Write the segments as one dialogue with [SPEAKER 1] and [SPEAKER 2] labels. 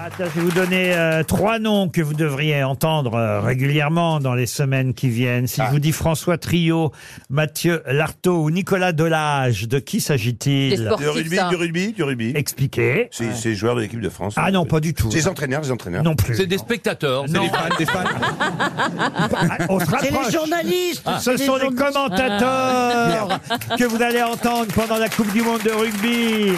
[SPEAKER 1] Ah, Je vais vous donner euh, trois noms que vous devriez entendre euh, régulièrement dans les semaines qui viennent. Si
[SPEAKER 2] Ah.
[SPEAKER 1] je vous dis François Trio, Mathieu Lartaud ou Nicolas Delage, de qui
[SPEAKER 3] Des
[SPEAKER 1] s'agit-il
[SPEAKER 3] sportifs.
[SPEAKER 4] Du rugby,
[SPEAKER 3] ça.
[SPEAKER 4] du rugby, du rugby.
[SPEAKER 1] Expliquez.
[SPEAKER 4] C'est c'est joueur de l'équipe de France.
[SPEAKER 1] Ah non, pas du tout.
[SPEAKER 4] Ces entraîneurs, les entraîneurs.
[SPEAKER 1] Non plus.
[SPEAKER 2] C'est des spectateurs. c'est
[SPEAKER 1] Non.
[SPEAKER 2] des fans, des fans.
[SPEAKER 1] Ah, on se
[SPEAKER 5] C'est les
[SPEAKER 1] rapproche. Ah.
[SPEAKER 5] journalistes
[SPEAKER 1] Ce
[SPEAKER 5] c'est
[SPEAKER 1] sont les
[SPEAKER 5] journalistes. Ah.
[SPEAKER 1] commentateurs que vous allez entendre pendant la Coupe du Monde de rugby.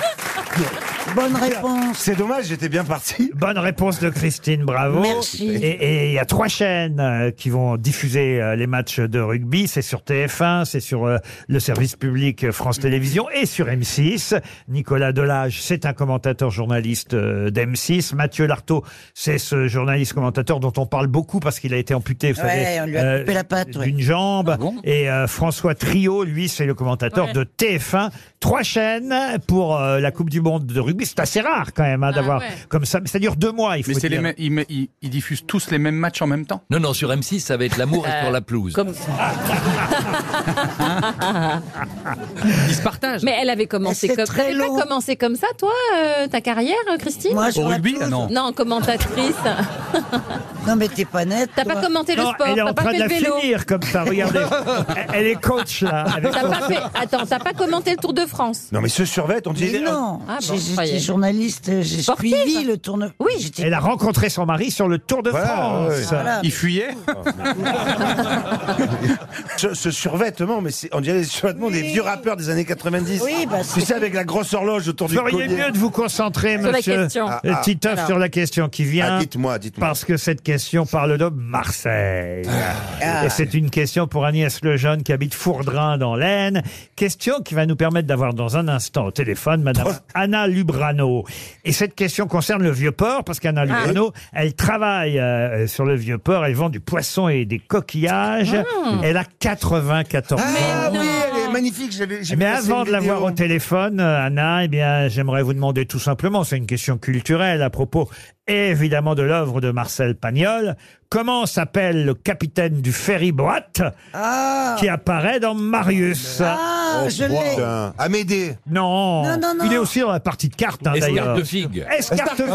[SPEAKER 5] Bonne réponse
[SPEAKER 6] C'est dommage, j'étais bien parti.
[SPEAKER 1] Bonne réponse de Christine, bravo.
[SPEAKER 5] Merci.
[SPEAKER 1] Et et il y a trois chaînes euh, qui vont diffuser euh, les matchs de rugby. C'est sur TF1, c'est sur euh, le service public euh, France Télévisions et sur M6. Nicolas Delage, c'est un commentateur journaliste d'M6. Mathieu Lartaud, c'est ce journaliste commentateur dont on parle beaucoup parce qu'il a été amputé, vous
[SPEAKER 5] Ouais,
[SPEAKER 1] savez, euh,
[SPEAKER 5] on lui a coupé la patte, ouais. Ah
[SPEAKER 1] d'une jambe.
[SPEAKER 2] bon
[SPEAKER 1] et euh, François Trio, lui, c'est le commentateur
[SPEAKER 3] Ouais.
[SPEAKER 1] de TF1. Trois chaînes pour euh, la Coupe du Monde de rugby. C'est assez rare quand même hein, d'avoir
[SPEAKER 3] Ah ouais.
[SPEAKER 1] comme ça. Mais ça dure deux mois, il faut
[SPEAKER 7] Mais c'est les
[SPEAKER 1] dire.
[SPEAKER 7] mêmes- ils, me- ils- ils diffusent tous les mêmes matchs en même temps.
[SPEAKER 2] Non, non, sur M6, ça va être l'amour est sur la pelouse.
[SPEAKER 8] Euh,
[SPEAKER 3] Comme...
[SPEAKER 7] Ils se partagent.
[SPEAKER 3] Mais elle avait commencé
[SPEAKER 5] C'est
[SPEAKER 3] comme
[SPEAKER 5] très
[SPEAKER 3] T'avais pas
[SPEAKER 5] long.
[SPEAKER 3] commencé comme ça, toi, euh, ta carrière, euh, Christine
[SPEAKER 5] Moi, sur
[SPEAKER 7] Au
[SPEAKER 5] la
[SPEAKER 7] rugby,
[SPEAKER 5] pelouse-
[SPEAKER 7] ah non.
[SPEAKER 3] Non, commentatrice.
[SPEAKER 5] Non, mais t'es pas nette.
[SPEAKER 3] T'as
[SPEAKER 5] toi.
[SPEAKER 3] pas commenté le
[SPEAKER 1] Non,
[SPEAKER 3] sport,
[SPEAKER 1] elle est
[SPEAKER 3] t'as
[SPEAKER 1] en
[SPEAKER 3] pas
[SPEAKER 1] train de
[SPEAKER 3] fait le
[SPEAKER 1] la
[SPEAKER 3] vélo.
[SPEAKER 1] finir comme ça, regardez. Elle- elle est coach là. avec
[SPEAKER 3] T'as pas fait... Attends, t'as pas commenté le Tour de France
[SPEAKER 4] Non, mais ce survêt, on
[SPEAKER 5] Mais
[SPEAKER 4] disait.
[SPEAKER 5] non,
[SPEAKER 3] Ah bon,
[SPEAKER 5] j'ai-
[SPEAKER 3] je croyais.
[SPEAKER 5] j'étais journaliste, euh, j'ai
[SPEAKER 3] Sportive.
[SPEAKER 5] suivi le tournoi.
[SPEAKER 3] hein. Oui.
[SPEAKER 5] j'étais
[SPEAKER 7] Eh,
[SPEAKER 1] Elle a rencontré son mari sur le Tour de
[SPEAKER 4] Voilà,
[SPEAKER 1] France.
[SPEAKER 4] ouais.
[SPEAKER 5] Voilà.
[SPEAKER 7] Ils fuyaient.
[SPEAKER 4] Ce, ce survêtement, mais c'est- on dirait survêtement des vieux rappeurs des années 90.
[SPEAKER 5] Oui, bah,
[SPEAKER 4] tu
[SPEAKER 5] c'est-
[SPEAKER 4] sais, avec la grosse horloge autour
[SPEAKER 1] Vous
[SPEAKER 4] du
[SPEAKER 1] feriez
[SPEAKER 4] collier.
[SPEAKER 1] mieux de vous concentrer,
[SPEAKER 3] Sur la
[SPEAKER 1] monsieur
[SPEAKER 3] question.
[SPEAKER 1] euh,
[SPEAKER 4] Ah, ah.
[SPEAKER 1] Titoff,
[SPEAKER 3] Alors.
[SPEAKER 1] sur la question qui vient.
[SPEAKER 4] Ah, dites-moi, dites-moi.
[SPEAKER 1] Parce que cette question parle de Marseille. Et c'est une question pour Agnès Lejeune qui habite Fourdrin dans l'Aisne. Question qui va nous permettre d'avoir dans un instant au téléphone Madame Anna Lubrano. Et cette question concerne le Vieux-Port parce qu'Anna Lubrano, elle travaille euh, sur le Vieux-Port. Elle vend du poisson et des coquillages. Elle a 94 ans.
[SPEAKER 4] Ah oui, elle est magnifique. j'avais- j'ai
[SPEAKER 1] Mais
[SPEAKER 4] vu passer
[SPEAKER 1] avant
[SPEAKER 4] une
[SPEAKER 1] de l'avoir au
[SPEAKER 4] vidéo.
[SPEAKER 1] téléphone, euh, Anna, eh bien, j'aimerais vous demander tout simplement, c'est une question culturelle à propos évidemment de l'œuvre de Marcel Pagnol, comment s'appelle le capitaine du ferry boîte
[SPEAKER 5] Ah,
[SPEAKER 1] qui apparaît dans Marius
[SPEAKER 7] oh,
[SPEAKER 5] ah, je l'ai.
[SPEAKER 4] Putain. Amédée.
[SPEAKER 1] non.
[SPEAKER 5] Non, non, non.
[SPEAKER 1] il est aussi dans la partie de cartes hein,
[SPEAKER 2] Escarpe
[SPEAKER 1] d'ailleurs.
[SPEAKER 2] de figue.
[SPEAKER 1] Escartefil.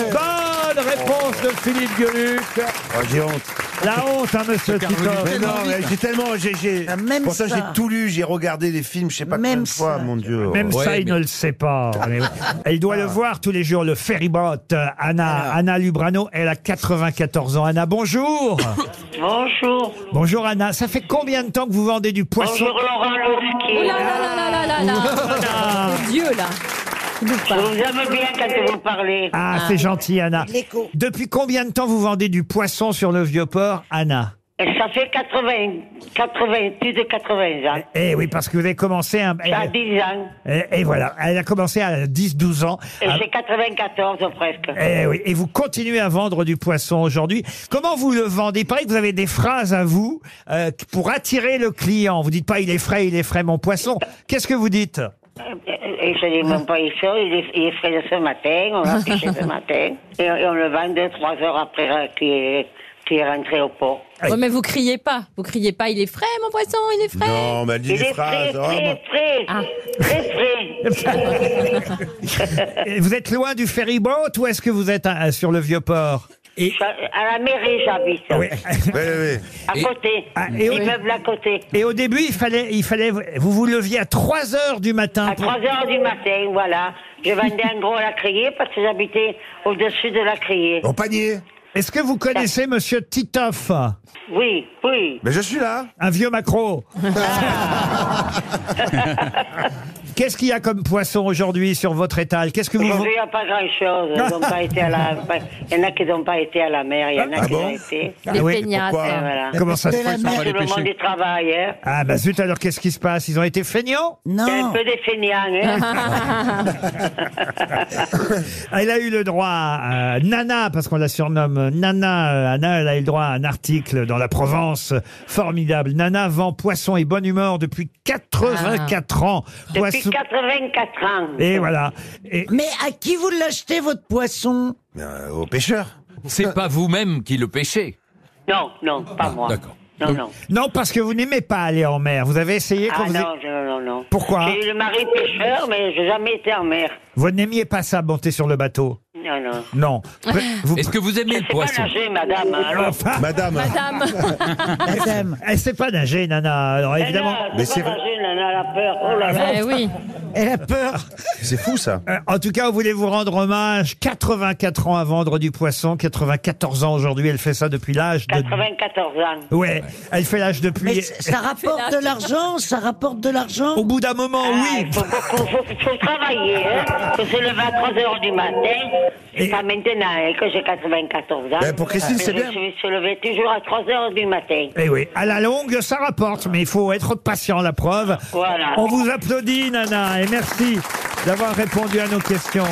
[SPEAKER 1] Bonne réponse de Philippe Gueluc.
[SPEAKER 4] Oh, j'ai honte.
[SPEAKER 1] La honte, hein, monsieur Titoff.
[SPEAKER 4] Mais non, mais j'ai tellement. j'ai- j'ai-
[SPEAKER 5] Ah, même
[SPEAKER 4] Pour ça,
[SPEAKER 5] ça.
[SPEAKER 4] j'ai tout lu, j'ai regardé des films, je sais pas
[SPEAKER 5] Même
[SPEAKER 4] combien de fois,
[SPEAKER 5] ça.
[SPEAKER 4] mon Dieu.
[SPEAKER 1] Même
[SPEAKER 2] Ouais,
[SPEAKER 1] ça, il
[SPEAKER 2] mais-
[SPEAKER 1] ne le sait pas. Mais oui. Elle doit le voir tous les jours, le ferryboat. euh, Anna, Anna Lubrano, elle a 94 ans. Anna, bonjour.
[SPEAKER 8] Bonjour.
[SPEAKER 1] bonjour Anna. Ça fait combien de temps que vous vendez du poisson
[SPEAKER 8] Bonjour Laurent
[SPEAKER 3] Oh
[SPEAKER 8] Laurski.
[SPEAKER 3] là là là là là là C'est Dieu, là Il nous
[SPEAKER 8] Je
[SPEAKER 3] parle.
[SPEAKER 8] vous aime bien quand vous parlez.
[SPEAKER 1] Ah, c'est gentil Anna.
[SPEAKER 5] L'écho.
[SPEAKER 1] Depuis combien de temps vous vendez du poisson sur le vieux port, Anna
[SPEAKER 8] Et ça fait 80, 80, plus de 80 ans.
[SPEAKER 1] Eh oui, parce que vous avez commencé... un-
[SPEAKER 8] Ça a 10 ans.
[SPEAKER 1] Eh, eh, voilà, elle a commencé à 10-12 ans.
[SPEAKER 8] Et
[SPEAKER 1] Ah,
[SPEAKER 8] c'est 94 presque.
[SPEAKER 1] Eh oui, et vous continuez à vendre du poisson aujourd'hui. Comment vous le vendez Il paraît que vous avez des phrases à vous euh, pour attirer le client. Vous dites pas il est frais, il est frais mon poisson. Qu'est-ce que vous dites
[SPEAKER 8] Et je dis, mon poisson, il est, il est frais de ce matin, on l'a pêché ce matin. Et, et on le vend 2-3 heures après euh, qu'il est, qu'il est rentré au pot.
[SPEAKER 3] Ouais, mais vous criez pas, vous criez pas, il est frais mon poisson, il est frais
[SPEAKER 4] Non, mais elle dit
[SPEAKER 8] Il
[SPEAKER 4] des
[SPEAKER 8] est frais,
[SPEAKER 4] phrases. oh,
[SPEAKER 8] frais, frais,
[SPEAKER 3] Ah.
[SPEAKER 8] très frais.
[SPEAKER 1] Et Vous êtes loin du ferryboat ou est-ce que vous êtes euh, sur le vieux port et,
[SPEAKER 8] Ça- À la mairie, j'habite.
[SPEAKER 1] oui.
[SPEAKER 4] bon. Ouais, ouais, ouais.
[SPEAKER 8] À côté.
[SPEAKER 1] Ah, et oui.
[SPEAKER 8] Immeuble à côté.
[SPEAKER 1] Et au début, il fallait, il fallait, vous vous leviez à 3 heures du matin.
[SPEAKER 8] À 3 heures du matin, voilà. Je vendais en gros à la criée parce que j'habitais au-dessus de la criée.
[SPEAKER 4] Au panier.
[SPEAKER 1] Est-ce que vous
[SPEAKER 8] Ah.
[SPEAKER 1] connaissez Monsieur Titoff, un
[SPEAKER 8] Oui, oui.
[SPEAKER 4] Mais je suis là.
[SPEAKER 1] vieux macro Qu'est-ce qu'il y a comme poisson aujourd'hui sur votre étal Qu'est-ce que vous
[SPEAKER 8] Aujourd'hui, il n'y a pas grand-chose. Ils n'ont pas été à la- Il y en a qui n'ont pas été à la mer, il y en a
[SPEAKER 4] Ah
[SPEAKER 8] qui
[SPEAKER 4] bon
[SPEAKER 8] ont été.
[SPEAKER 1] Ah
[SPEAKER 3] Les
[SPEAKER 1] oui,
[SPEAKER 3] feignasses.
[SPEAKER 4] pourquoi
[SPEAKER 8] Et voilà.
[SPEAKER 1] Comment ça se
[SPEAKER 5] C'est la
[SPEAKER 1] fait
[SPEAKER 5] merde.
[SPEAKER 7] pas
[SPEAKER 8] Tout
[SPEAKER 7] les
[SPEAKER 8] le monde
[SPEAKER 7] pêcher.
[SPEAKER 8] du travail, hein.
[SPEAKER 1] Ah bah zut, alors qu'est-ce qui se passe Ils ont été feignants
[SPEAKER 8] C'est un
[SPEAKER 5] Non.
[SPEAKER 8] peu des fainéants, hein.
[SPEAKER 1] Elle a eu le droit à Nana, parce qu'on la surnomme Nana. euh, Anna, elle a eu le droit à un article dans la Provence. Formidable. Nana vend poisson et bonne humeur depuis 84 ans.
[SPEAKER 8] Ah. Depuis 84 ans.
[SPEAKER 1] Et voilà. Et
[SPEAKER 5] Mais à qui vous l'achetez, votre poisson
[SPEAKER 4] Mais, euh, Au pêcheur.
[SPEAKER 2] C'est pas vous-même qui le pêchez.
[SPEAKER 8] Non, non, pas moi.
[SPEAKER 2] d'accord.
[SPEAKER 8] Non, non.
[SPEAKER 1] non, parce que vous n'aimez pas aller en mer. Vous avez essayé quand
[SPEAKER 8] Ah
[SPEAKER 1] vous...
[SPEAKER 8] non, je- non, non, non.
[SPEAKER 1] Pourquoi
[SPEAKER 8] J'ai eu le mari pêcheur, mais je n'ai jamais été en mer.
[SPEAKER 1] Vous n'aimiez pas ça, monter sur le bateau.
[SPEAKER 8] Non, non.
[SPEAKER 1] Non. Vous-
[SPEAKER 2] Est-ce que vous aimez le
[SPEAKER 8] C'est pas
[SPEAKER 2] poisson
[SPEAKER 8] nager, madame. hein, alors.
[SPEAKER 1] Enfin,
[SPEAKER 4] Madame,
[SPEAKER 3] Madame.
[SPEAKER 5] Madame,
[SPEAKER 1] elle sait Eh, pas nager, Nana. Alors
[SPEAKER 8] Mais
[SPEAKER 1] évidemment.
[SPEAKER 8] non,
[SPEAKER 4] Mais
[SPEAKER 8] c'est
[SPEAKER 4] c'est
[SPEAKER 8] pas
[SPEAKER 4] vrai.
[SPEAKER 8] nager, nana, elle a peur. Oh là là.
[SPEAKER 3] Eh oui.
[SPEAKER 5] elle a peur.
[SPEAKER 4] c'est fou ça.
[SPEAKER 1] Euh, En tout cas, on voulait vous rendre hommage. 84 ans à vendre du poisson, 94 ans aujourd'hui. Elle fait ça depuis l'âge de.
[SPEAKER 8] 94 ans.
[SPEAKER 1] Ouais, elle fait l'âge
[SPEAKER 5] Mais
[SPEAKER 1] depuis.
[SPEAKER 5] c- ça rapporte de l'argent, ça rapporte de l'argent.
[SPEAKER 1] Au bout d'un
[SPEAKER 4] Ah,
[SPEAKER 1] moment, oui.
[SPEAKER 8] Ah, Il faut, faut- faut- faut travailler, hein. Faut se lever à 3 heures du matin. C'est
[SPEAKER 1] Et-
[SPEAKER 8] pas maintenant, hein, que j'ai 94 ans.
[SPEAKER 4] Ben, pour Christine,
[SPEAKER 8] Mais
[SPEAKER 4] c'est bien.
[SPEAKER 8] Je me suis levé toujours à 3 heures du matin.
[SPEAKER 1] Eh oui, à la longue, ça rapporte, mais il faut être patient, la preuve.
[SPEAKER 8] Voilà.
[SPEAKER 1] On vous applaudit, Nana, et merci d'avoir répondu à nos questions.